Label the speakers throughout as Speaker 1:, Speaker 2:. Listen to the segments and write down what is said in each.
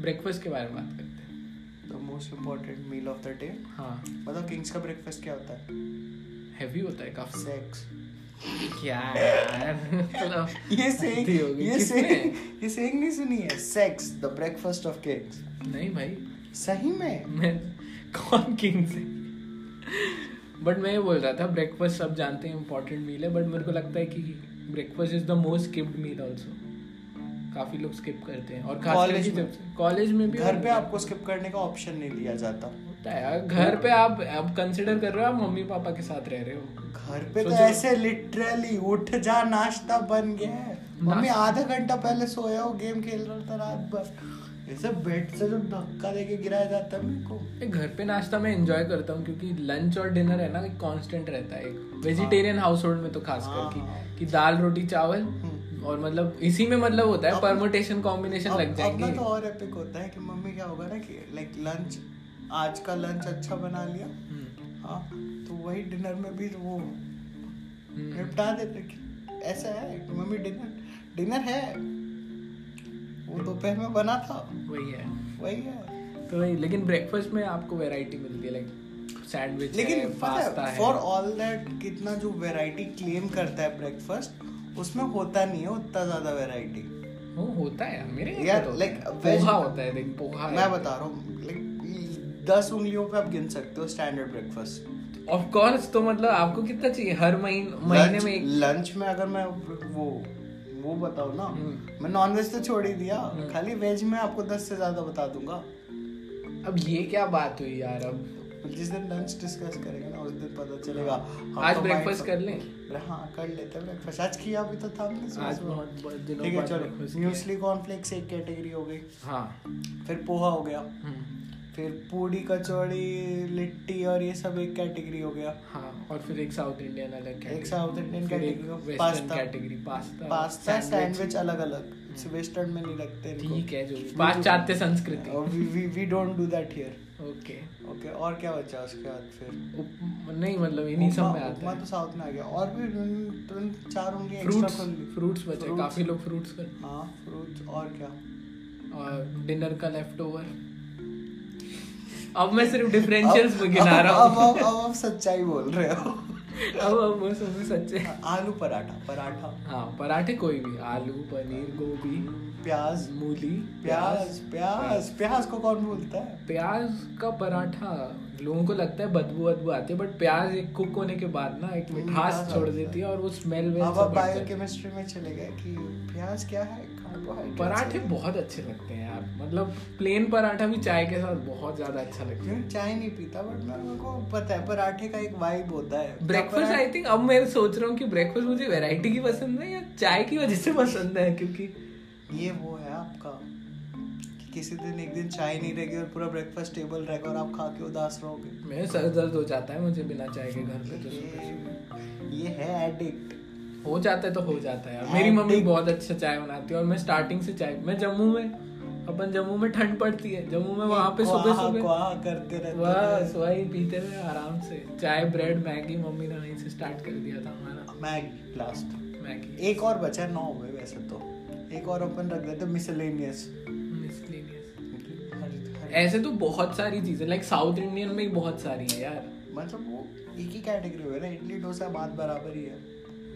Speaker 1: Breakfast के बारे में बात करते हैं
Speaker 2: the most important meal of the day
Speaker 1: हाँ
Speaker 2: बताओ किंग्स मतलब का ब्रेकफास्ट क्या होता है
Speaker 1: हैवी होता है काफी
Speaker 2: सेक्स
Speaker 1: क्या यार मतलब
Speaker 2: ये सेइंग
Speaker 1: हद ही हो गई।
Speaker 2: ये
Speaker 1: किसने?
Speaker 2: सेइंग ये सेइंग नहीं सुनी है सेक्स द ब्रेकफास्ट ऑफ किंग्स
Speaker 1: नहीं भाई
Speaker 2: सही में
Speaker 1: मैं कौन किंग से बट मैं ये बोल रहा था ब्रेकफास्ट सब जानते हैं इंपॉर्टेंट मील है बट मेरे को लगता है कि breakfast is the most skipped meal also काफी लोग स्किप करते हैं और खास
Speaker 2: College में।
Speaker 1: करके कॉलेज में भी
Speaker 2: घर
Speaker 1: और-
Speaker 2: पे आपको स्किप करने का ऑप्शन नहीं दिया जाता
Speaker 1: होता है यार, घर पे आप आप कंसिडर कर रहे हो आप मम्मी पापा के साथ रह रहे हो
Speaker 2: घर पे तो
Speaker 1: सोचो-
Speaker 2: ऐसे लिटरली उठ जा नाश्ता बन गया है मम्मी आधा घंटा पहले सोया हो गेम खेल रहा था रात भर ऐसे बेड से जो धक्का देके गिराया जाता है मेरे को
Speaker 1: ये घर पे नाश्ता मैं एंजॉय करता हूँ क्योंकि लंच और डिनर है ना कांस्टेंट रहता है एक वेजिटेरियन हाउस होल्ड में तो खास
Speaker 2: हाँ,
Speaker 1: कर
Speaker 2: हाँ। हम्म।
Speaker 1: कि, कि दाल रोटी चावल और मतलब इसी में मतलब होता है
Speaker 2: अब-
Speaker 1: परमुटेशन कॉम्बिनेशन
Speaker 2: अब-
Speaker 1: लग
Speaker 2: अब
Speaker 1: जाएंगे
Speaker 2: ना तो और एपिक होता है कि मम्मी क्या होगा ना कि लाइक लंच आज का लंच अच्छा बना लिया
Speaker 1: हम्म,
Speaker 2: हाँ तो वही डिनर में भी वो
Speaker 1: हम्म,
Speaker 2: निपटा देते कि ऐसा है कि मम्मी डिनर डिनर है वो दोपहर में बना था
Speaker 1: वही है
Speaker 2: वही है
Speaker 1: तो वही लेकिन ब्रेकफास्ट में आपको वैरायटी मिलती है लाइक सैंडविच
Speaker 2: लेकिन
Speaker 1: पास्ता है
Speaker 2: फॉर ऑल दैट कितना जो वैरायटी क्लेम करता है ब्रेकफास्ट उसमें होता नहीं है उतना ज्यादा वैरायटी
Speaker 1: वो होता है यार, मेरे यहाँ
Speaker 2: यार,
Speaker 1: पे तो
Speaker 2: like,
Speaker 1: होता है।
Speaker 2: veg-
Speaker 1: पोहा होता है देख पोहा
Speaker 2: मैं बता रहा हूँ लाइक दस उंगलियों पे आप गिन सकते हो स्टैंडर्ड ब्रेकफास्ट
Speaker 1: ऑफ कोर्स तो मतलब आपको कितना चाहिए हर महीने महीने में एक
Speaker 2: लंच में अगर मैं वो वो बताओ ना
Speaker 1: हम्म।
Speaker 2: मैं नॉनवेज तो छोड़ ही दिया खाली वेज में आपको दस से ज्यादा बता दूंगा
Speaker 1: अब ये क्या बात हुई यार अब
Speaker 2: जिस दिन लंच डिस्कस करेंगे ना उस दिन पता चलेगा हम
Speaker 1: हाँ। आज
Speaker 2: तो
Speaker 1: ब्रेकफास्ट
Speaker 2: mind-
Speaker 1: कर लें
Speaker 2: हाँ कर लेते हैं ब्रेकफास्ट आज किया भी तो था हमने सुबह
Speaker 1: आज
Speaker 2: सुबह।
Speaker 1: बहुत बहुत दिनों
Speaker 2: ठीक है
Speaker 1: बाद breakfast
Speaker 2: चलो
Speaker 1: किया।
Speaker 2: म्यूसली कॉर्नफ्लेक्स एक कैटेगरी हो गई
Speaker 1: हाँ
Speaker 2: फिर पोहा हो गया
Speaker 1: हम्म,
Speaker 2: फिर पूड़ी कचौड़ी लिट्टी और ये सब एक कैटेगरी हो गया
Speaker 1: हाँ और फिर एक साउथ इंडियन अलग
Speaker 2: एक south Indian category
Speaker 1: western
Speaker 2: pasta
Speaker 1: category pasta
Speaker 2: pasta
Speaker 1: हाँ। sandwich।
Speaker 2: सैंडविच अलग अलग वेस्टर्न में नहीं रखते
Speaker 1: ठीक है जो भी पाश्चात्य
Speaker 2: Uh,
Speaker 1: संस्कृति
Speaker 2: we we don't do that here
Speaker 1: okay
Speaker 2: okay और क्या बचा उसके बाद फिर
Speaker 1: उप- नहीं मतलब इन्हीं सब में
Speaker 2: उपमा-
Speaker 1: आता
Speaker 2: उपमा
Speaker 1: है
Speaker 2: तो साउथ में आ गया और भी तुम- तुम चार उंगली एक्स्ट्रा
Speaker 1: फ्रूट्स
Speaker 2: खोल ली
Speaker 1: फ्रूट्स बचे
Speaker 2: Fruits।
Speaker 1: काफी लोग फ्रूट्स कर
Speaker 2: हाँ फ्रूट्स और क्या
Speaker 1: और डिनर का लेफ्ट ओवर अब मैं सिर्फ डिफरेंशियल्स में गिना
Speaker 2: अब-
Speaker 1: रहा हूँ
Speaker 2: अब अब अब आप सच्चाई बोल रहे हो
Speaker 1: अब अब वो सब भी सच्चे हैं।
Speaker 2: आलू पराठा पराठा
Speaker 1: हाँ पराठे कोई भी आलू पनीर गोभी
Speaker 2: प्याज
Speaker 1: मूली
Speaker 2: प्याज प्याज प्याज को कौन बोलता है
Speaker 1: प्याज का पराठा लोगों को लगता है बदबू बदबू आती है बट प्याज एक कुक होने के बाद ना एक तो मिठास
Speaker 2: मिठास
Speaker 1: छोड़
Speaker 2: आता है।
Speaker 1: देती है और वो स्मेल वेल
Speaker 2: हाँ, अब
Speaker 1: सब
Speaker 2: आप
Speaker 1: बढ़ता है।
Speaker 2: बायोकेमिस्ट्री में चले गए कि प्याज क्या है कार्बोहाइड्रेट
Speaker 1: पराठे बहुत अच्छे लगते हैं यार मतलब प्लेन पराठा भी चाय के साथ बहुत ज्यादा अच्छा लगता है
Speaker 2: मैं चाय नहीं पीता बट मेरे को पता है पराठे का एक वाइब होता है
Speaker 1: ब्रेकफास्ट आई थिंक अब मैं सोच रहा हूँ कि ब्रेकफास्ट मुझे वैरायटी की पसंद है या चाय की वजह से पसंद है क्योंकि
Speaker 2: ये वो है आपका कि किसी दिन एक दिन चाय नहीं रहेगी और पूरा ब्रेकफास्ट टेबल रहेगा और आप खा के उदास रहोगे
Speaker 1: मेरे सर दर्द हो जाता है मुझे बिना चाय के घर पे तो
Speaker 2: ये- ये है एडिक्ट
Speaker 1: हो जाता है तो हो जाता है यार मेरी
Speaker 2: हाँ,
Speaker 1: मम्मी
Speaker 2: तो-
Speaker 1: बहुत अच्छा चाय बनाती है और मैं स्टार्टिंग से चाय मैं जम्मू में अपन जम्मू में ठंड पड़ती है जम्मू में वहाँ
Speaker 2: हाँ,
Speaker 1: पे सुबह सुबह
Speaker 2: करते रहते हैं
Speaker 1: बस वही पीते हुए आराम से चाय ब्रेड मैगी मम्मी ने वहीं से स्टार्ट कर दिया था हमारा
Speaker 2: मैगी लास्ट
Speaker 1: मैगी
Speaker 2: एक और बचा है, नौ हो गए वैसे तो एक और अपन रख देते मिसलेनियस
Speaker 1: मिसलेनियस ऐसे तो बहुत सारी चीजें लाइक साउथ इंडियन में ही बहुत सारी है यार
Speaker 2: मतलब वो एक ही कैटेगरी हुई ना इडली डोसा बात बराबर ही है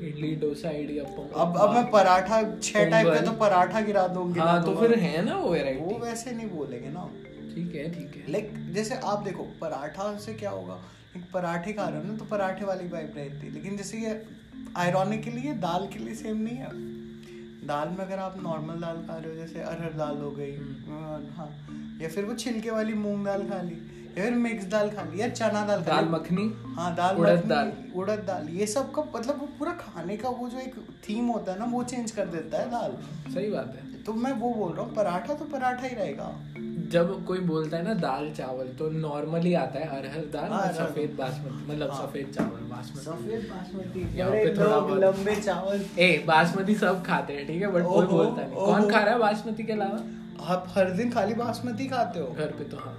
Speaker 1: इडली डोसा इडली
Speaker 2: अब अब मैं पराठा छह टाइप का तो पराठा गिरा दूंगी
Speaker 1: हाँ
Speaker 2: ना
Speaker 1: तो
Speaker 2: तुम्हारे।
Speaker 1: फिर है ना वो
Speaker 2: वो
Speaker 1: वैरायटी
Speaker 2: वैसे नहीं बोलेंगे ना
Speaker 1: ठीक है ठीक है
Speaker 2: लाइक जैसे आप देखो पराठा से क्या होगा एक पराठे खा रहे हो ना तो पराठे वाली वाइब रहती है लेकिन जैसे ये आयरॉनिक के लिए दाल के लिए सेम नहीं है दाल में अगर आप नॉर्मल दाल खा रहे हो जैसे अरहर दाल हो गई
Speaker 1: हम्म।
Speaker 2: और हाँ या फिर वो छिलके वाली मूंग दाल खा ली या फिर मिक्स दाल खा ली या चना दाल खा
Speaker 1: दाल
Speaker 2: ली
Speaker 1: मखनी
Speaker 2: हाँ दाल
Speaker 1: उड़द
Speaker 2: मखनी,
Speaker 1: दाल।
Speaker 2: उड़द दाल ये सब का मतलब वो पूरा खाने का वो जो एक थीम होता है ना वो चेंज कर देता है दाल
Speaker 1: सही बात है
Speaker 2: तो मैं वो बोल रहा हूँ पराठा तो पराठा ही रहेगा
Speaker 1: जब कोई बोलता है ना दाल चावल तो नॉर्मली आता है अरहर दाल
Speaker 2: हाँ,
Speaker 1: और
Speaker 2: हाँ।
Speaker 1: सफेद बासमती मतलब
Speaker 2: हाँ।
Speaker 1: सफेद चावल बासमती
Speaker 2: सफेद बासमती
Speaker 1: यहाँ
Speaker 2: बड़े
Speaker 1: पे थोड़ा
Speaker 2: लोग
Speaker 1: बहुत-
Speaker 2: लंबे चावल
Speaker 1: ए बासमती सब खाते हैं ठीक है बट कोई
Speaker 2: ओहो,
Speaker 1: बोलता नहीं
Speaker 2: ओहो।
Speaker 1: कौन खा रहा है बासमती के अलावा
Speaker 2: आप हर दिन खाली बासमती खाते हो
Speaker 1: घर पे तो हाँ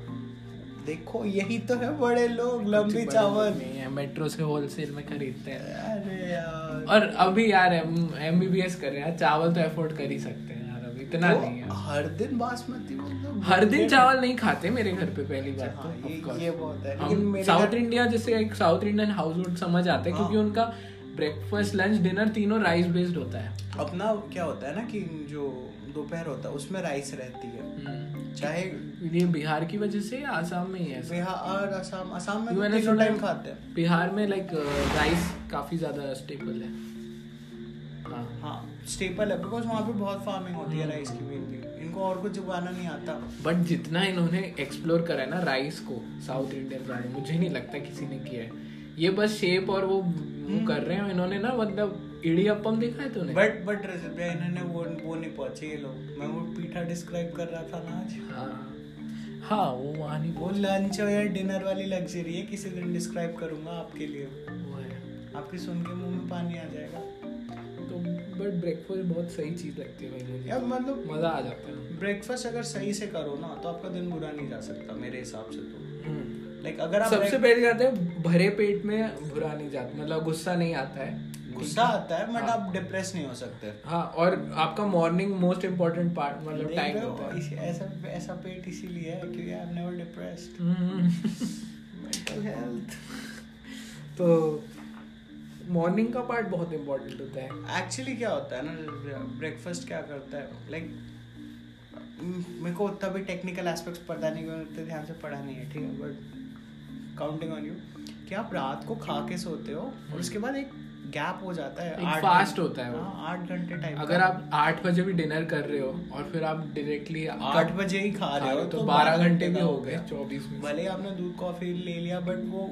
Speaker 2: देखो यही तो है बड़े लोग लंबे
Speaker 1: बड़े लोग
Speaker 2: चावल
Speaker 1: नहीं है मेट्रो से होलसेल में खरीदते हैं
Speaker 2: अरे यार
Speaker 1: और अभी यार एम बी बी एस कर रहे हैं चावल तो एफोर्ड कर ही सकते हैं यार अभी इतना
Speaker 2: तो
Speaker 1: नहीं है
Speaker 2: हर दिन बासमती मतलब
Speaker 1: हर दिन चावल नहीं खाते मेरे घर पे पहली बार
Speaker 2: हाँ,
Speaker 1: तो
Speaker 2: ये-
Speaker 1: of course।
Speaker 2: ये बहुत है, लेकिन
Speaker 1: हम
Speaker 2: मेरे
Speaker 1: साउथ
Speaker 2: घर-
Speaker 1: इंडिया जैसे एक साउथ इंडियन हाउस समझ आता है क्योंकि
Speaker 2: हाँ।
Speaker 1: उनका ब्रेकफास्ट लंच डिनर तीनों राइस बेस्ड होता है
Speaker 2: अपना क्या होता है ना कि जो दोपहर होता है उसमें राइस रहती है
Speaker 1: हम्म।
Speaker 2: चाहे
Speaker 1: ये बिहार की वजह से या आसाम में ही है Hmm.
Speaker 2: बिहार असम असम में
Speaker 1: You
Speaker 2: तो
Speaker 1: and
Speaker 2: तीनों
Speaker 1: Assam
Speaker 2: टाइम
Speaker 1: में-
Speaker 2: खाते हैं
Speaker 1: बिहार में लाइक राइस काफी ज्यादा स्टेबल है हाँ
Speaker 2: हाँ स्टेपल है बिकॉज वहाँ पे बहुत फार्मिंग होती है राइस की मेनली इनको और कुछ उगाना नहीं आता
Speaker 1: बट जितना इन्होंने एक्सप्लोर करा है ना राइस को साउथ इंडियन में मुझे नहीं लगता किसी ने किया है ये बस शेप और वो
Speaker 2: Hmm.
Speaker 1: वो कर रहे हैं इन्होंने ना मतलब इडियप्पम देखा है तूने
Speaker 2: बट बट रजत भैया इन्होंने वो वो नहीं पहुंचे ये लोग मैं वो पीठा डिस्क्राइब कर रहा था ना आज
Speaker 1: हाँ हाँ वो वहाँ नहीं
Speaker 2: वो लंच या डिनर वाली लग्जरी है किसी दिन डिस्क्राइब करूंगा आपके लिए
Speaker 1: वो है
Speaker 2: आपके सुन के मुंह में पानी आ जाएगा
Speaker 1: तो बट ब्रेकफास्ट बहुत सही चीज़ लगती है भाई मुझे
Speaker 2: यार मतलब
Speaker 1: मज़ा आ जाता है
Speaker 2: ब्रेकफास्ट अगर सही से करो ना तो आपका दिन बुरा नहीं जा सकता मेरे हिसाब से तो
Speaker 1: हम्म।
Speaker 2: लाइक अगर आप
Speaker 1: सबसे पहले जाते हैं भरे पेट में बुरा नहीं जाता मतलब गुस्सा नहीं आता है
Speaker 2: break- गुस्सा आता है बट आप डिप्रेस नहीं हो सकते
Speaker 1: हाँ और आपका मॉर्निंग मोस्ट इम्पोर्टेंट पार्ट मतलब
Speaker 2: देख
Speaker 1: टाइम
Speaker 2: रहे हो,
Speaker 1: होता है
Speaker 2: इस- ऐसा ऐसा पेट इसीलिए है क्योंकि I am never depressed
Speaker 1: hmm.
Speaker 2: Mental health
Speaker 1: तो मॉर्निंग का पार्ट बहुत इम्पोर्टेंट होता है
Speaker 2: एक्चुअली क्या होता है ना ब्रेकफास्ट क्या करता है लाइक मेरे को उतना भी टेक्निकल एस्पेक्ट्स पता नहीं क्योंकि उतने ध्यान से पढ़ा नहीं है ठीक है बट काउंटिंग ऑन यू कि आप रात को खा के सोते हो और उसके बाद एक गैप हो जाता है
Speaker 1: Hmm. एक
Speaker 2: आठ
Speaker 1: fast
Speaker 2: घंटे-
Speaker 1: होता है वो।
Speaker 2: हाँ, आठ घंटे टाइम
Speaker 1: अगर आप आठ बजे भी डिनर कर रहे हो और फिर आप डायरेक्टली
Speaker 2: आठ बजे ही खा रहे हो
Speaker 1: तो बारह घंटे भी हो गए चौबीस में
Speaker 2: भले ही आपने दूध कॉफी ले लिया बट वो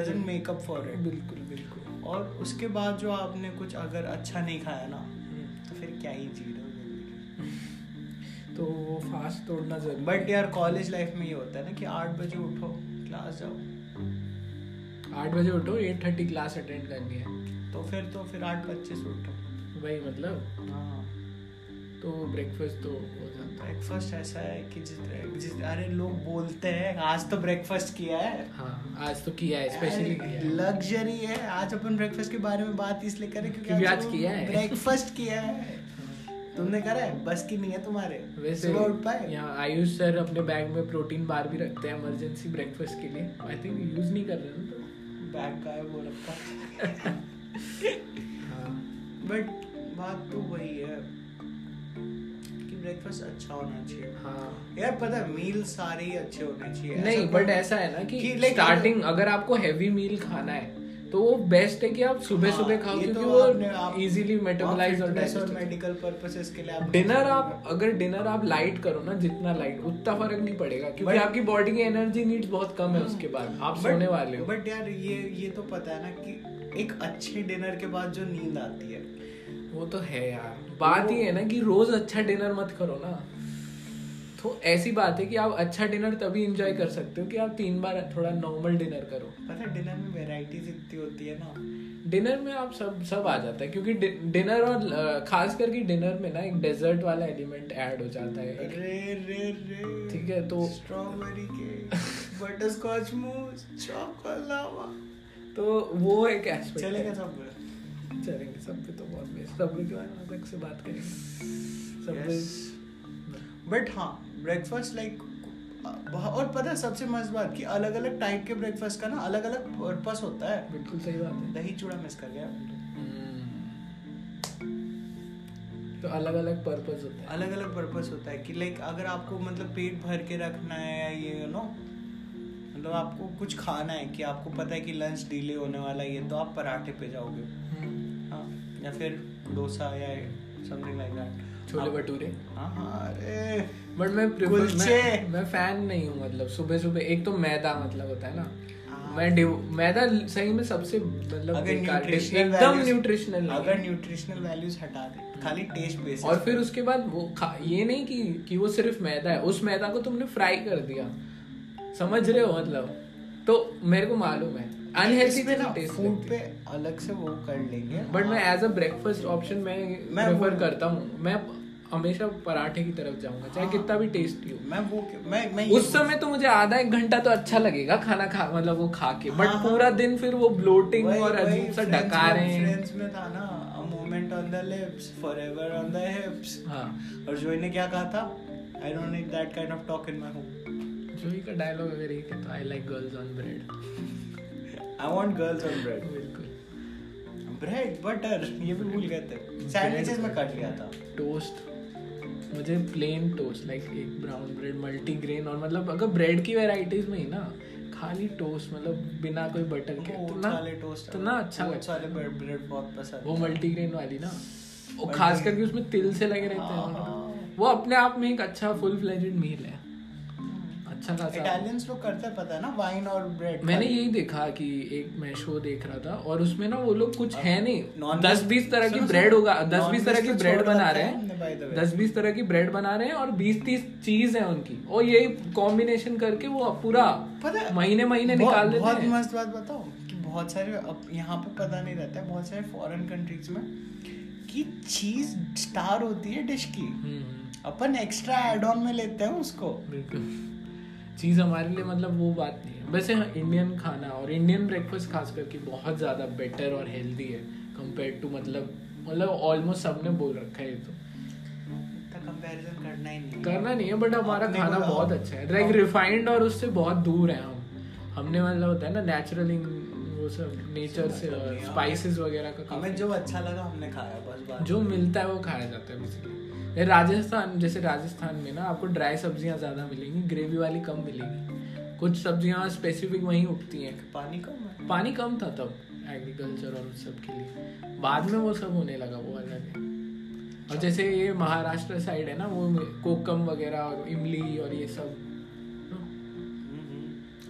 Speaker 2: doesn't make up for it
Speaker 1: बिल्कुल बिल्कुल
Speaker 2: और उसके बाद जो आपने कुछ अगर अच्छा नहीं खाया ना
Speaker 1: हम्म।
Speaker 2: तो फिर क्या ही जी रहे हो जिंदगी
Speaker 1: तो वो फास्ट तोड़ना जरूरी
Speaker 2: बट यार कॉलेज लाइफ में ये होता है ना कि आठ बजे उठो क्लास जाओ
Speaker 1: आठ बजे उठो एट थर्टी क्लास अटेंड करनी है
Speaker 2: तो फिर तो फिर आठ पच्चीस उठो
Speaker 1: वही मतलब तो ब्रेकफास्ट तो हो जाता
Speaker 2: ब्रेकफास्ट ऐसा है कि जिस जिस अरे लोग बोलते हैं आज तो ब्रेकफास्ट किया है
Speaker 1: है हाँ आज तो किया है स्पेशली किया है
Speaker 2: लग्जरी है आज अपन ब्रेकफास्ट के बारे में बात इसलिए करें क्योंकि
Speaker 1: क्योंकि आज किया है।
Speaker 2: ब्रेकफास्ट किया है तुमने करा है बस की नहीं है तुम्हारे
Speaker 1: हाँ, वैसे
Speaker 2: सुबह उठ पाए
Speaker 1: यहाँ आयुष सर अपने बैग में प्रोटीन बार भी रखते हैं इमरजेंसी ब्रेकफास्ट के लिए आई थिंक यूज नहीं कर रहे ना
Speaker 2: बैग गायब हो रखा
Speaker 1: तो हाँ
Speaker 2: बट बात तो वही है कि ब्रेकफास्ट अच्छा होना चाहिए
Speaker 1: हाँ
Speaker 2: यार पता है मील सारे ही अच्छे होने चाहिए
Speaker 1: नहीं
Speaker 2: कोई-
Speaker 1: बट ऐसा है ना
Speaker 2: तो- कि
Speaker 1: कि
Speaker 2: like-
Speaker 1: स्टार्टिंग अगर आपको हैवी मील खाना है तो वो बेस्ट है कि आप सुबह
Speaker 2: हाँ,
Speaker 1: सुबह खाओ
Speaker 2: ये तो
Speaker 1: क्योंकि
Speaker 2: आपने- आप-
Speaker 1: वो इजीली
Speaker 2: हाँ,
Speaker 1: मेटाबोलाइज और
Speaker 2: fitness
Speaker 1: digest
Speaker 2: और
Speaker 1: होता है।
Speaker 2: मेडिकल पर्पसेस के लिए आप
Speaker 1: डिनर आप अगर डिनर आप लाइट करो ना जितना लाइट उतना फर्क नहीं पड़ेगा क्योंकि
Speaker 2: But- हाँ,
Speaker 1: आपकी बॉडी की एनर्जी नीड्स बहुत कम है उसके बाद आप सोने वाले हो
Speaker 2: बट यार ये ये तो पता है ना कि एक अच्छे डिनर के बाद जो नींद आती है
Speaker 1: वो तो है यार बात ये है ना कि रोज अच्छा डिनर मत करो ना तो ऐसी बात है कि आप अच्छा डिनर तभी इंजॉय कर सकते हो कि आप तीन बार थोड़ा नॉर्मल डिनर करो
Speaker 2: पता है डिनर में वेराइटीज इतनी होती है ना
Speaker 1: डिनर में आप सब सब आ जाता है क्योंकि डिनर और अ, खास करके डिनर में ना एक डेजर्ट वाला एलिमेंट ऐड हो जाता है
Speaker 2: रे रे रे
Speaker 1: ठीक है, तो-
Speaker 2: strawberry cake butterscotch mousse choco lava
Speaker 1: तो वो एक एस्पेक्ट
Speaker 2: चलेगा सब में।
Speaker 1: चलेंगे सब पे तो बहुत बेस्ट सब के बारे में अलग से बात करेंगे सब
Speaker 2: Yes. बट हाँ ब्रेकफास्ट लाइक और पता है सबसे मस्त बात कि अलग अलग टाइप के ब्रेकफास्ट का ना अलग अलग पर्पस होता है
Speaker 1: बिल्कुल सही बात है
Speaker 2: दही चूड़ा मिस कर गया हम्म।
Speaker 1: तो अलग अलग पर्पस होता है
Speaker 2: अलग अलग पर्पस होता है कि लाइक अगर आपको मतलब पेट भर के रखना है या ये यू नो मतलब आपको कुछ खाना है कि आपको पता है कि लंच डिले होने वाला है ये तो आप पराठे पे जाओगे
Speaker 1: हम्म।
Speaker 2: हाँ या फिर डोसा या something like that
Speaker 1: chole bhature
Speaker 2: हाँ हाँ अरे
Speaker 1: बट मैं prefer-
Speaker 2: कुलचे।
Speaker 1: मैं मैं फैन नहीं हूँ मतलब सुबह सुबह एक तो मैदा मतलब होता है ना
Speaker 2: हाँ।
Speaker 1: मैं डिव- मैदा सही में सबसे मतलब
Speaker 2: अगर
Speaker 1: बेकार-
Speaker 2: न्यूट्रिशनल
Speaker 1: एकदम न्यूट्रिशनल
Speaker 2: अगर न्यूट्रिशनल वैल्यूज हटा दे खाली टेस्ट बेस
Speaker 1: और फिर उसके बाद वो खा ये नहीं कि कि वो सिर्फ मैदा है उस मैदा को तुमने फ्राई कर दिया समझ रहे हो मतलब तो मेरे को मालूम है अनहेल्थी
Speaker 2: इसमें ना
Speaker 1: टेस्ट
Speaker 2: फूड पे अलग से वो कर लेंगे हाँ,
Speaker 1: बट मैं एज अ ब्रेकफास्ट ऑप्शन मैं
Speaker 2: मैं
Speaker 1: प्रेफर
Speaker 2: वो-
Speaker 1: करता हूँ मैं हमेशा पराठे की तरफ जाऊंगा चाहे
Speaker 2: हाँ।
Speaker 1: कितना भी टेस्टी हो
Speaker 2: मैं वो मैं मैं ये
Speaker 1: उस समय तो मुझे आधा एक घंटा तो अच्छा लगेगा खाना खा मतलब वो खा के बट
Speaker 2: हाँ, हाँ।
Speaker 1: पूरा दिन फिर वो ब्लोटिंग
Speaker 2: वही-
Speaker 1: और
Speaker 2: वही
Speaker 1: अजीब सा
Speaker 2: friends में-
Speaker 1: डकारें
Speaker 2: friends में था ना moment moment on the lips forever on the hips
Speaker 1: हाँ
Speaker 2: और जोई ने क्या कहा था I don't need that kind of talk in my home
Speaker 1: Joey का डायलॉग अगर एक है तो I like girls on bread
Speaker 2: I want girls on bread
Speaker 1: बिल्कुल
Speaker 2: ब्रेड बटर ये भी भूल गए थे सैंडविचेस में कट लिया था
Speaker 1: टोस्ट मुझे प्लेन टोस्ट लाइक एक ब्राउन ब्रेड मल्टी ग्रेन और मतलब अगर ब्रेड की वेराइटीज में ही ना खाली टोस्ट मतलब बिना कोई बटर के
Speaker 2: वो
Speaker 1: इतना
Speaker 2: वाले टोस्ट
Speaker 1: इतना अच्छा
Speaker 2: वो
Speaker 1: लगता
Speaker 2: वाले ब्रेड बहुत पसंद
Speaker 1: वो मल्टी ग्रेन वाली ना वो खास करके उसमें तिल से लगे रहते हैं
Speaker 2: हाँ।
Speaker 1: और वो अपने आप में एक अच्छा फुल फ्लेजेड मील है अच्छा खासा
Speaker 2: इटालियंस लोग करते हैं पता है ना वाइन और ब्रेड
Speaker 1: मैंने यही देखा कि एक मैं शो देख रहा था और उसमें ना वो लोग कुछ है नहीं
Speaker 2: हाँ। Non-veg-
Speaker 1: दस बीस तरह की
Speaker 2: सुनो,
Speaker 1: ब्रेड
Speaker 2: सुनो,
Speaker 1: होगा दस बीस तरह
Speaker 2: non-veg
Speaker 1: की
Speaker 2: तो
Speaker 1: ब्रेड
Speaker 2: छोड़
Speaker 1: बना
Speaker 2: रखा
Speaker 1: रहे
Speaker 2: है हमने, by the
Speaker 1: हैं
Speaker 2: way।
Speaker 1: दस बीस तरह की ब्रेड बना रहे हैं और बीस तीस चीज है उनकी और ये कॉम्बिनेशन करके वो पूरा
Speaker 2: पता है-
Speaker 1: महीने तो महीने
Speaker 2: बहुत-
Speaker 1: निकाल देते
Speaker 2: बहुत
Speaker 1: हैं
Speaker 2: मस्त बात बताओ कि बहुत सारे अब यहाँ पे पता नहीं रहता है बहुत सारे फॉरेन कंट्रीज में कि चीज स्टार होती है डिश की
Speaker 1: हम्म,
Speaker 2: अपन एक्स्ट्रा एड ऑन में लेते हैं उसको
Speaker 1: बिल्कुल चीज हमारे लिए मतलब वो बात नहीं है वैसे हाँ इंडियन खाना और इंडियन ब्रेकफास्ट खास करके बहुत ज्यादा बेटर और हेल्दी है कंपेयर टू मतलब मतलब ऑलमोस्ट सबने बोल रखा है ये तो
Speaker 2: कंपैरिजन करना ही नहीं
Speaker 1: करना नहीं है बट हमारा
Speaker 2: अपने
Speaker 1: खाना
Speaker 2: को-
Speaker 1: बहुत अच्छा है लाइक रिफाइंड और उससे बहुत दूर है हम हमने मतलब होता है ना नेचुरल वो सब नेचर से और स्पाइसेस वगैरह का
Speaker 2: मतलब हमें
Speaker 1: काफी
Speaker 2: जो अच्छा लगा हमने खाया बस बात
Speaker 1: जो मिलता है वो खाया जाता है बेसिकली राजस्थान जैसे राजस्थान में ना आपको ड्राई सब्जियां ज़्यादा मिलेंगी ग्रेवी वाली कम मिलेगी कुछ सब्जियां स्पेसिफिक वहीं उगती हैं
Speaker 2: पानी कम है
Speaker 1: पानी कम था तब एग्रीकल्चर और उस सब के लिए बाद में वो सब होने लगा वो अलग है और जैसे ये महाराष्ट्र साइड है ना वो कोकम वगैरह और इमली और ये सब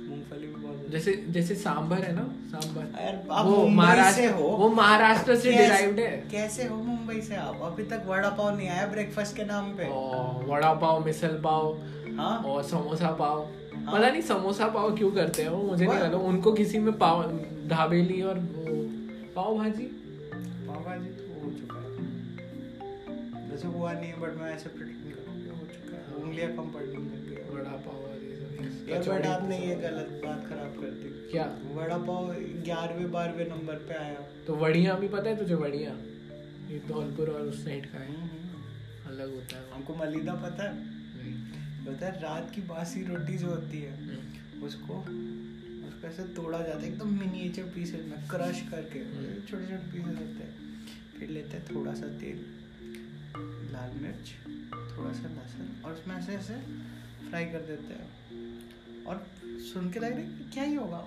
Speaker 2: मूंगफली भी बहुत
Speaker 1: जैसे जैसे सांभर है ना सांभर
Speaker 2: यार आप
Speaker 1: वो
Speaker 2: मुंबई से
Speaker 1: महाराष्ट्र
Speaker 2: हो
Speaker 1: वो महाराष्ट्र से
Speaker 2: कैसे-
Speaker 1: डिराइव्ड है
Speaker 2: कैसे हो मुंबई से आप अभी तक वड़ा पाव नहीं आया ब्रेकफास्ट के नाम पे
Speaker 1: और वड़ा पाव मिसल पाव
Speaker 2: हाँ
Speaker 1: और समोसा पाव पता नहीं समोसा पाव क्यों करते हैं वो मुझे नहीं
Speaker 2: वो-
Speaker 1: पता उनको किसी में पाव ढाबेली और वो पाव भाजी
Speaker 2: पाव भाजी तो हो चुका है वैसे हुआ नहीं है बट मैं ऐसे प्रिटेंड करूँगा हो चुका है उंगलियां कम पड़ने लग गई हैं।
Speaker 1: वड़ा पाव और ये सब
Speaker 2: यार
Speaker 1: कचौड़ी।
Speaker 2: बट आपने ये गलत बात खराब कर दी
Speaker 1: क्या
Speaker 2: वड़ा पाव ग्यारहवें बारहवें नंबर पे आया
Speaker 1: तो वड़िया भी पता है तुझे वड़िया ये धौलपुर और उस साइड का है अलग होता है वो।
Speaker 2: हमको मलिदा पता है पता है रात की बासी रोटी जो होती है
Speaker 1: हम्म।
Speaker 2: उसको उसको ऐसे तोड़ा जाता है एकदम मिनिएचर पीसेस में क्रश करके
Speaker 1: हम्म।
Speaker 2: छोटे छोटे पीसेस होते हैं फिर लेते हैं थोड़ा सा तेल लाल मिर्च थोड़ा सा लहसुन और उसमें ऐसे ऐसे फ्राई कर देते हैं और सुन के लग रहा है कि क्या ही होगा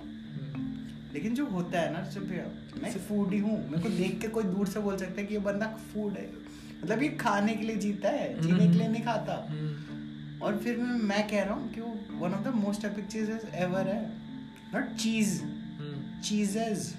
Speaker 2: लेकिन जो होता है ना जैसे भैया मैं फूडी हूँ मेरे को देख के कोई दूर से बोल सकता है कि ये बंदा फूड है मतलब ये खाने के लिए जीता है जीने के लिए नहीं खाता
Speaker 1: हम्म।
Speaker 2: और फिर मैं मैं कह रहा हूँ कि वो one of the most epic चीजेस एवर है नॉट चीज
Speaker 1: हम्म।
Speaker 2: चीजेस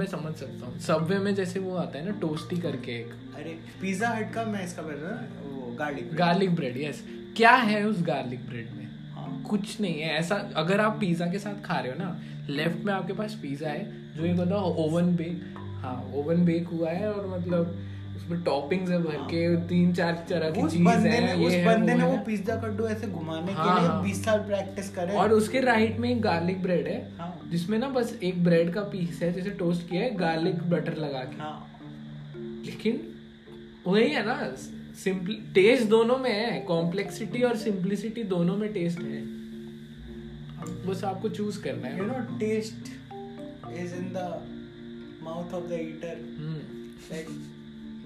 Speaker 1: मैं समझ सकता हूँ सबवे में जैसे वो आता है ना टोस्टी करके एक
Speaker 2: अरे पिज्जा हट का मैं इसका बोल रहा हूँ, वो garlic bread
Speaker 1: garlic bread yes क्या है उस गार्लिक ब्रेड में
Speaker 2: हाँ
Speaker 1: कुछ नहीं है ऐसा अगर आप पिज्जा के साथ खा रहे हो ना लेफ्ट में आपके पास पिज्जा है जो एक होता है ओवन बेक हाँ ओवन बेक हुआ है और मतलब उसमें टॉपिंग्स है भर के तीन चार तरह की
Speaker 2: उस
Speaker 1: चीज
Speaker 2: बंदे ने
Speaker 1: है ये
Speaker 2: उस
Speaker 1: है,
Speaker 2: बंदे
Speaker 1: वो
Speaker 2: ने वो
Speaker 1: है।
Speaker 2: पिज्जा कट्टू ऐसे घुमाने
Speaker 1: हाँ,
Speaker 2: के लिए
Speaker 1: हाँ।
Speaker 2: 20 साल प्रैक्टिस करे
Speaker 1: और उसके राइट में एक गार्लिक ब्रेड है
Speaker 2: हाँ
Speaker 1: जिसमें ना बस एक ब्रेड का पीस है जैसे टोस्ट किया है गार्लिक बटर लगा के
Speaker 2: हाँ
Speaker 1: लेकिन वही है ना सिंपल टेस्ट दोनों में है कॉम्प्लेक्सिटी और सिंप्लिसिटी दोनों में टेस्ट है अब बस आपको चूज करना है
Speaker 2: you know taste is in the mouth of the eater
Speaker 1: हम्म,
Speaker 2: like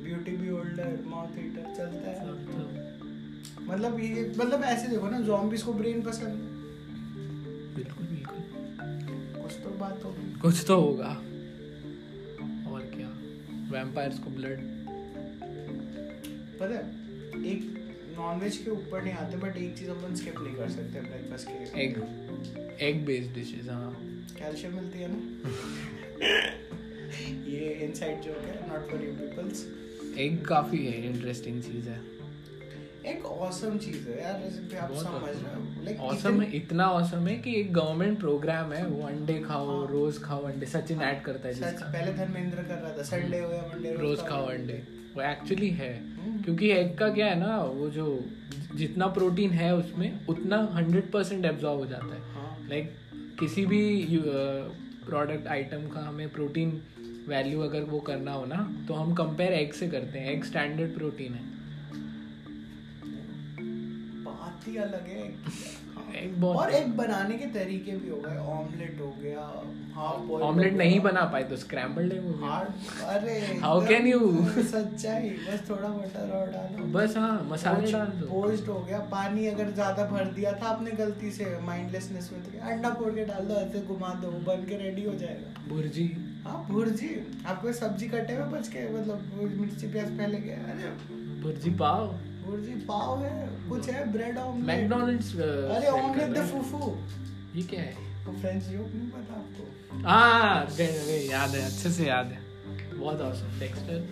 Speaker 2: beauty beholder mouth eater चलता है
Speaker 1: सब तो
Speaker 2: मतलब ये मतलब ऐसे देखो ना zombies को ब्रेन पसंद है।
Speaker 1: बिल्कुल बिल्कुल
Speaker 2: कुछ तो बात होगी
Speaker 1: कुछ तो होगा और क्या वैम्पायर्स को ब्लड
Speaker 2: पता है एक नॉनवेज के ऊपर नहीं आते बट एक चीज अपन स्किप नहीं कर सकते ब्रेकफास्ट के
Speaker 1: एग एग बेस्ड डिशेज हाँ
Speaker 2: कैल्शियम मिलती है ना ये इनसाइड जोक है not for you peoples
Speaker 1: egg काफी है इंटरेस्टिंग चीज है
Speaker 2: एक औसम चीज है यार जैसे कि आप
Speaker 1: बहुत
Speaker 2: समझ रहे हो लाइक
Speaker 1: औसम है इतना औसम है कि एक गवर्नमेंट प्रोग्राम है वो अंडे खाओ
Speaker 2: हाँ।
Speaker 1: रोज खाओ अंडे सचिन ऐड करता है
Speaker 2: सच
Speaker 1: जिसका
Speaker 2: पहले धर्मेंद्र कर रहा था संडे हो या मंडे
Speaker 1: रोज खाओ अंडे वो एक्चुअली है
Speaker 2: हम्म।
Speaker 1: क्योंकि एग का क्या है ना वो जो जितना प्रोटीन है उसमें उतना हंड्रेड परसेंट एब्जॉर्ब हो जाता है
Speaker 2: हाँ
Speaker 1: लाइक किसी भी प्रोडक्ट आइटम का हमें प्रोटीन वैल्यू अगर वो करना हो ना तो हम कंपेयर एग से करते हैं एग स्टैंडर्ड प्रोटीन है
Speaker 2: बात ही अलग है egg की।
Speaker 1: एग बहुत
Speaker 2: और एक बनाने के तरीके भी हो गए ऑमलेट हो गया हाफ बॉइल
Speaker 1: ऑमलेट नहीं बना पाए तो स्क्रैम्बल्ड है वो
Speaker 2: हार्ड अरे
Speaker 1: How
Speaker 2: एकदम
Speaker 1: can you?
Speaker 2: सच्चाई बस थोड़ा बटर और डालो
Speaker 1: बस हाँ मसाले डाल दो
Speaker 2: पोस्ट हो गया पानी अगर ज्यादा भर दिया था आपने गलती से माइंडलेसनेस में तो क्या, अंडा फोड़ के डाल दो ऐसे घुमा दो वो बन के रेडी हो जाएगा
Speaker 1: भुर्जी
Speaker 2: हाँ भुर्जी आपको सब्जी कटे हुए बच के मतलब वो मिर्ची प्याज पहले गया अरे
Speaker 1: भुर्जी पाव
Speaker 2: भुर्जी पाव है कुछ है ब्रेड ऑमलेट
Speaker 1: मैकडोनल्ड्स
Speaker 2: अरे ऑमलेट द फूफू
Speaker 1: ये क्या है
Speaker 2: वो फ्रेंच जोक नहीं पता आपको
Speaker 1: हाँ दे- दे- याद है अच्छे से याद है बहुत awesome डेक्स्टर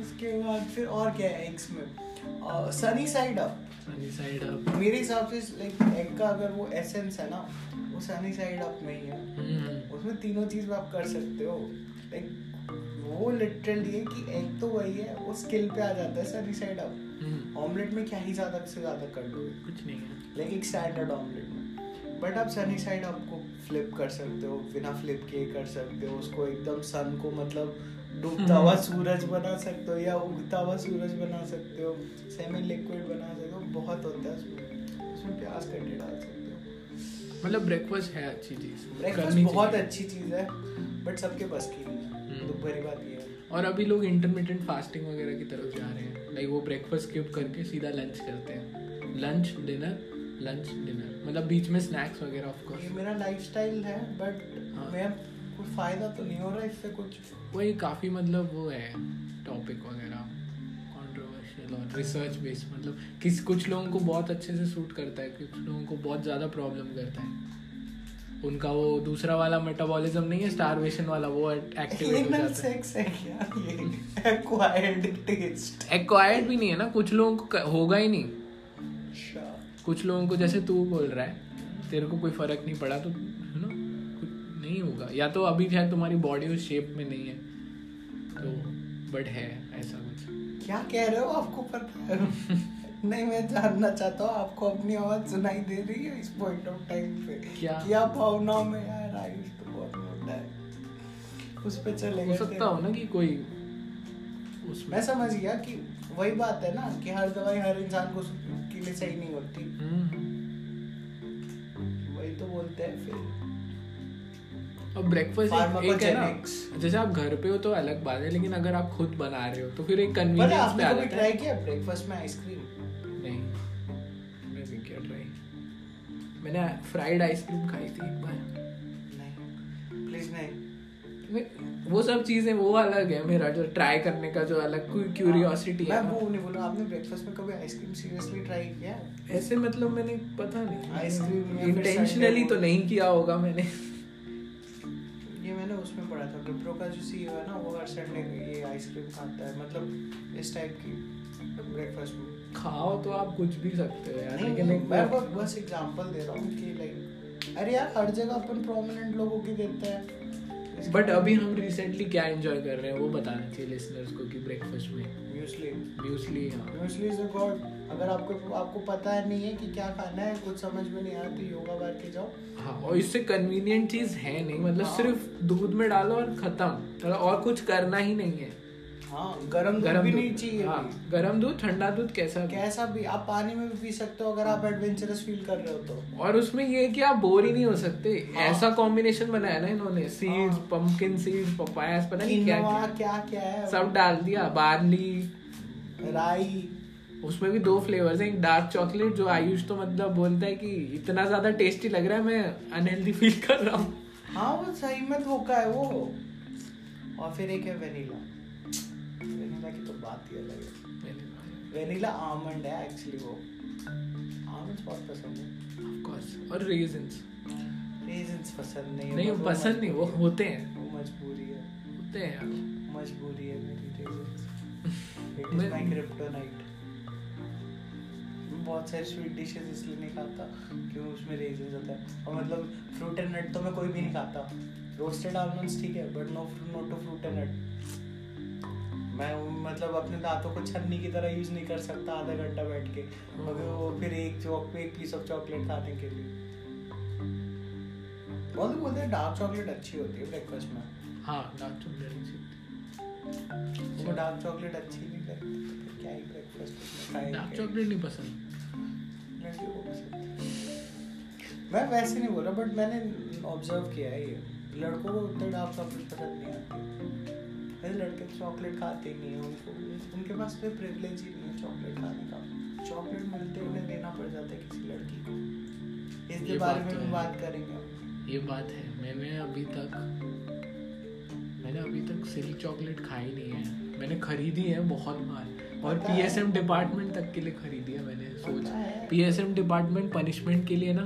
Speaker 2: उसके बाद फिर और क्या है एग्स में sunny side up
Speaker 1: sunny side up
Speaker 2: मेरे हिसाब से लाइक एग का अगर वो एसेंस है ना वो सनी साइड अप में ही है
Speaker 1: हम्म,
Speaker 2: उसमें तीनों चीज आप कर सकते हो लाइक वो लिटरली है कि एग तो वही है वो स्किल पे आ जाता है सनी साइड अप
Speaker 1: हम्म,
Speaker 2: ऑमलेट में क्या ही ज्यादा से ज्यादा कर लोगे
Speaker 1: कुछ नहीं है
Speaker 2: लाइक एक स्टैंडर्ड ऑमलेट में बट आप सनी साइड आपको फ्लिप कर सकते हो बिना फ्लिप किए कर सकते हो उसको एकदम सन को मतलब डूबता हुआ
Speaker 1: हम्म।
Speaker 2: सूरज बना सकते हो या उगता हुआ सूरज बना सकते हो सेमी लिक्विड बना सकते हो बहुत होता है उसमें उसमें प्याज कटे डाल सकते हो
Speaker 1: मतलब ब्रेकफास्ट है अच्छी चीज
Speaker 2: ब्रेकफास्ट
Speaker 1: करनी
Speaker 2: बहुत
Speaker 1: चाहिए।
Speaker 2: अच्छी चीज़ है बट सबके बस की नहीं है
Speaker 1: हम्म।
Speaker 2: दुख भरी बात ये है
Speaker 1: और अभी लोग इंटरमीडिएट फास्टिंग वगैरह की तरफ जा रहे हैं लाइक वो ब्रेकफास्ट स्किप करके सीधा लंच करते हैं लंच डिनर लंच डिनर मतलब बीच में स्नैक्स वगैरह ऑफ
Speaker 2: ये
Speaker 1: कोर्स
Speaker 2: मेरा लाइफस्टाइल है बट
Speaker 1: हाँ।
Speaker 2: मैं कोई फायदा तो नहीं हो रहा इससे कुछ
Speaker 1: वही काफ़ी मतलब वो है टॉपिक वगैरह कंट्रोवर्शियल और रिसर्च बेस्ड मतलब किस कुछ लोगों को बहुत अच्छे से सूट करता है कुछ लोगों को बहुत ज़्यादा प्रॉब्लम करता है उनका वो दूसरा वाला मेटाबॉलिज्म नहीं है स्टारवेशन वाला वो एक्टिवेट हो
Speaker 2: एनल
Speaker 1: जाता है
Speaker 2: सेक्स है क्या ये एक्वायर्ड टेस्ट
Speaker 1: एक्वायर्ड भी नहीं है ना कुछ लोगों को क- होगा ही नहीं कुछ लोगों को जैसे तू बोल रहा है तेरे को कोई फर्क नहीं पड़ा तो है ना कुछ नहीं होगा या तो अभी शायद तुम्हारी बॉडी उस शेप में नहीं है तो बट है ऐसा कुछ
Speaker 2: क्या कह रहे हो आपको पता है नहीं मैं जानना चाहता हूँ आपको अपनी आवाज सुनाई दे रही है इस पॉइंट ऑफ टाइम पे
Speaker 1: क्या?
Speaker 2: क्या भावनाओं में यार आयुष तो बहुत मोटा है उस पे चलेगा
Speaker 1: हो सकता हो ना कि कोई उसमें
Speaker 2: मैं समझ गया कि वही बात है ना कि हर दवाई हर इंसान को के लिए सही नहीं होती
Speaker 1: हम्म।
Speaker 2: वही तो बोलते हैं फिर
Speaker 1: और ब्रेकफास्ट एक है ना
Speaker 2: Pharmacogenics.
Speaker 1: जैसे आप घर पे हो तो अलग बात है लेकिन अगर आप खुद बना रहे हो तो फिर एक
Speaker 2: पर
Speaker 1: कन्वीनियंस में
Speaker 2: आपने
Speaker 1: आ जाता
Speaker 2: कभी
Speaker 1: है
Speaker 2: ट्राई किया ब्रेकफास्ट में आइसक्रीम
Speaker 1: नहीं मैं भी क्या ट्राई मैंने फ्राइड आइसक्रीम खाई थी एक बार
Speaker 2: नहीं प्लीज नहीं
Speaker 1: मैं- वो सब चीजें वो अलग है मेरा जो ट्राई करने का जो अलग क्यूरियोसिटी है
Speaker 2: हाँ। मैं
Speaker 1: ना।
Speaker 2: वो नहीं बोल रहा आपने ब्रेकफास्ट में कभी आइसक्रीम सीरियसली ट्राई किया है?
Speaker 1: ऐसे मतलब मैंने पता
Speaker 2: Ice-cream या
Speaker 1: नहीं
Speaker 2: फिर
Speaker 1: इंटेंशनली
Speaker 2: Sunday
Speaker 1: तो
Speaker 2: bowl।
Speaker 1: नहीं किया होगा मैंने
Speaker 2: ये मैंने उसमें पढ़ा था विप्रो का जो सीईओ है ना वो हर संडे ये आइसक्रीम खाता है मतलब इस टाइप की ब्रेकफास्ट में
Speaker 1: खाओ तो आप कुछ भी सकते हो यार
Speaker 2: नहीं,
Speaker 1: लेकिन
Speaker 2: नहीं,
Speaker 1: एक
Speaker 2: मैं बस बस एग्जांपल दे रहा हूँ कि लाइक अरे यार हर जगह अपन प्रोमिनेंट लोगों की देते हैं
Speaker 1: बट अभी हम रिसेंटली क्या एंजॉय कर रहे हैं वो बताना चाहिए लिसनर्स को कि ब्रेकफास्ट में
Speaker 2: म्यूसली
Speaker 1: म्यूसली हाँ
Speaker 2: म्यूसली इज गॉड अगर आपको आपको पता नहीं है कि क्या खाना है कुछ समझ में नहीं आ रहा तो योगा बार के जाओ
Speaker 1: हाँ और इससे कन्वीनियंट चीज है नहीं मतलब
Speaker 2: हाँ।
Speaker 1: सिर्फ दूध में डालो और खत्म मतलब और कुछ करना ही नहीं है
Speaker 2: हाँ गरम दूध
Speaker 1: गरम
Speaker 2: भी
Speaker 1: दूध-
Speaker 2: नहीं चाहिए
Speaker 1: हाँ
Speaker 2: भी।
Speaker 1: गरम दूध ठंडा दूध कैसा भी।
Speaker 2: कैसा भी आप पानी में भी पी सकते हो अगर आप
Speaker 1: हाँ।
Speaker 2: एडवेंचरस फील कर रहे हो तो
Speaker 1: और उसमें ये है कि आप बोर ही नहीं हो सकते
Speaker 2: हाँ।
Speaker 1: ऐसा कॉम्बिनेशन बनाया ना इन्होंने सीड्स
Speaker 2: हाँ।
Speaker 1: पंपकिन सीड्स पपायास पता नहीं क्या
Speaker 2: किनोआ
Speaker 1: क्या
Speaker 2: क्या क्या है
Speaker 1: सब डाल दिया बार्ली
Speaker 2: राई
Speaker 1: उसमें भी दो फ्लेवर्स हैं एक डार्क चॉकलेट जो आयुष तो मतलब बोलता है कि इतना ज्यादा टेस्टी लग रहा है मैं अनहेल्दी फील कर रहा हूँ
Speaker 2: हाँ वो सही में धोखा है वो और फिर एक है वेनिला वेनिला की तो बात ही अलग है वेनिला आमंड है एक्चुअली वो आमंड बहुत पसंद है
Speaker 1: Of course. और रीजंस
Speaker 2: रेजन्स पसंद नहीं है
Speaker 1: नहीं
Speaker 2: बट वो
Speaker 1: पसंद नहीं वो
Speaker 2: मजबूरी-
Speaker 1: होते हैं
Speaker 2: वो मजबूरी है
Speaker 1: होते हैं यार।
Speaker 2: मजबूरी है मेरी रेजन्स इट इज
Speaker 1: मैं-
Speaker 2: माय क्रिप्टोनाइट बहुत सारी स्वीट डिशेस इसलिए नहीं खाता क्योंकि उसमें रेजन्स होता है और मतलब फ्रूट एंड नट तो मैं कोई भी नहीं खाता रोस्टेड आलमंड्स ठीक है but no no to fruit and nut मैं वो मतलब अपने दांतों को छन्नी की तरह यूज नहीं कर सकता आधा घंटा बैठ के मगर वो फिर एक चौक पे एक पीस ऑफ चॉकलेट खाने के लिए बहुत लोग बोलते हैं डार्क चॉकलेट अच्छी होती है ब्रेकफास्ट में
Speaker 1: हाँ डार्क चॉकलेट अच्छी होती अच्छा।
Speaker 2: वो डार्क चॉकलेट अच्छी नहीं लगती तो फिर क्या ही ब्रेकफास्ट
Speaker 1: है डार्क चॉकलेट नहीं पसंद
Speaker 2: लड़कियों को पसंद मैं वैसे नहीं बोल रहा बट मैंने ऑब्जर्व किया है ये लड़कों को उतना डार्क चॉकलेट पसंद नहीं आती वैसे लड़के चॉकलेट खाते नहीं है उनको उनके पास कोई प्रिविलेज ही नहीं है चॉकलेट खाने का चॉकलेट मिलते उन्हें देना पड़ जाता है किसी लड़की को इसके
Speaker 1: ये
Speaker 2: बारे
Speaker 1: बात
Speaker 2: में
Speaker 1: तो
Speaker 2: भी
Speaker 1: है।
Speaker 2: बात करेंगे हम।
Speaker 1: ये बात है मैंने अभी तक मैंने अभी तक सिल्क चॉकलेट खाई नहीं है मैंने खरीदी है बहुत बार और
Speaker 2: पता है।
Speaker 1: पीएसएम डिपार्टमेंट तक के लिए खरीदी है मैंने
Speaker 2: पता है।
Speaker 1: सोच पीएसएम डिपार्टमेंट पनिशमेंट के लिए ना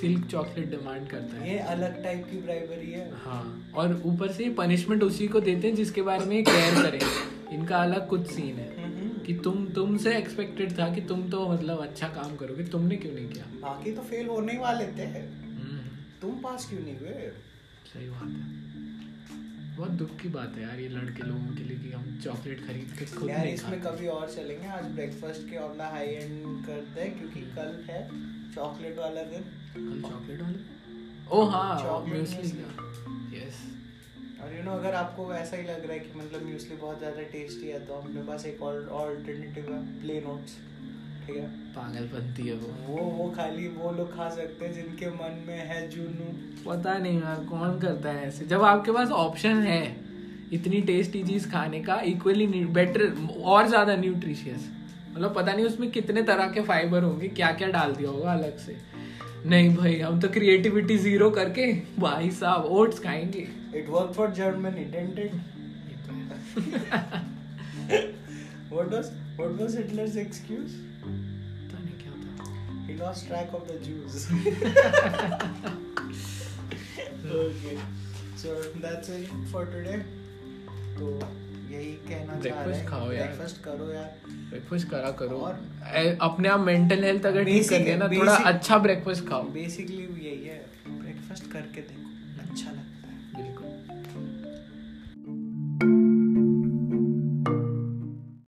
Speaker 1: सिल्क चॉकलेट डिमांड करता है
Speaker 2: ये अलग टाइप की ब्राइबरी है
Speaker 1: हाँ और ऊपर से पनिशमेंट उसी को देते हैं जिसके बारे में केयर करें इनका अलग कुछ सीन है
Speaker 2: हम्म।
Speaker 1: कि तुम तुमसे एक्सपेक्टेड था कि तुम तो मतलब अच्छा काम करोगे तुमने क्यों नहीं किया
Speaker 2: बाकी तो फेल होने ही वाले थे
Speaker 1: हम्म,
Speaker 2: तुम पास क्यों नहीं हुए
Speaker 1: सही बात है बहुत दुख की बात है यार ये लड़के लोगों के लिए कि हम चॉकलेट खरीद के खुद
Speaker 2: यार
Speaker 1: नहीं
Speaker 2: इसमें
Speaker 1: खाते
Speaker 2: कभी और चलेंगे आज ब्रेकफास्ट के ऑन द हाई एंड करते हैं क्योंकि कल है चॉकलेट वाला दिन
Speaker 1: कल चॉकलेट वाले ओ हाँ
Speaker 2: Chocolate
Speaker 1: म्यूसली
Speaker 2: muesli।
Speaker 1: यस
Speaker 2: और यू नो अगर आपको ऐसा ही लग रहा है कि मतलब म्यूसली बहुत ज़्यादा टेस्टी है तो अपने पास एक और ऑल्टरनेटिव है प्लेन ओट्स ठीक है
Speaker 1: पागलपंती है वो
Speaker 2: वो वो खाली वो लोग खा सकते हैं जिनके मन में है जुनू
Speaker 1: पता नहीं यार कौन करता है ऐसे जब आपके पास ऑप्शन है इतनी टेस्टी चीज खाने का इक्वली बेटर और ज्यादा न्यूट्रिशियस मतलब पता नहीं उसमें कितने तरह के फाइबर होंगे क्या क्या डाल दिया होगा अलग से नहीं भाई हम तो क्रिएटिविटी जीरो करके भाई साहब ओट्स खाएंगे तो
Speaker 2: it work for Germany dented what was what was Hitler's excuse?
Speaker 1: पता नहीं क्या था
Speaker 2: He lost track of the Jews. okay, so that's it for today. तो यही कहना चाह रहे
Speaker 1: Breakfast खाओ यार।
Speaker 2: ब्रेकफास्ट करो यार
Speaker 1: ब्रेकफास्ट करा करो
Speaker 2: और-
Speaker 1: ए- अपने आप मेंटल हेल्थ अगर ठीक
Speaker 2: Basic
Speaker 1: कर लिया
Speaker 2: है,
Speaker 1: ना थोड़ा
Speaker 2: basic-
Speaker 1: अच्छा ब्रेकफास्ट खाओ
Speaker 2: बेसिकली यही है ब्रेकफास्ट करके देखो अच्छा लगता है
Speaker 1: बिल्कुल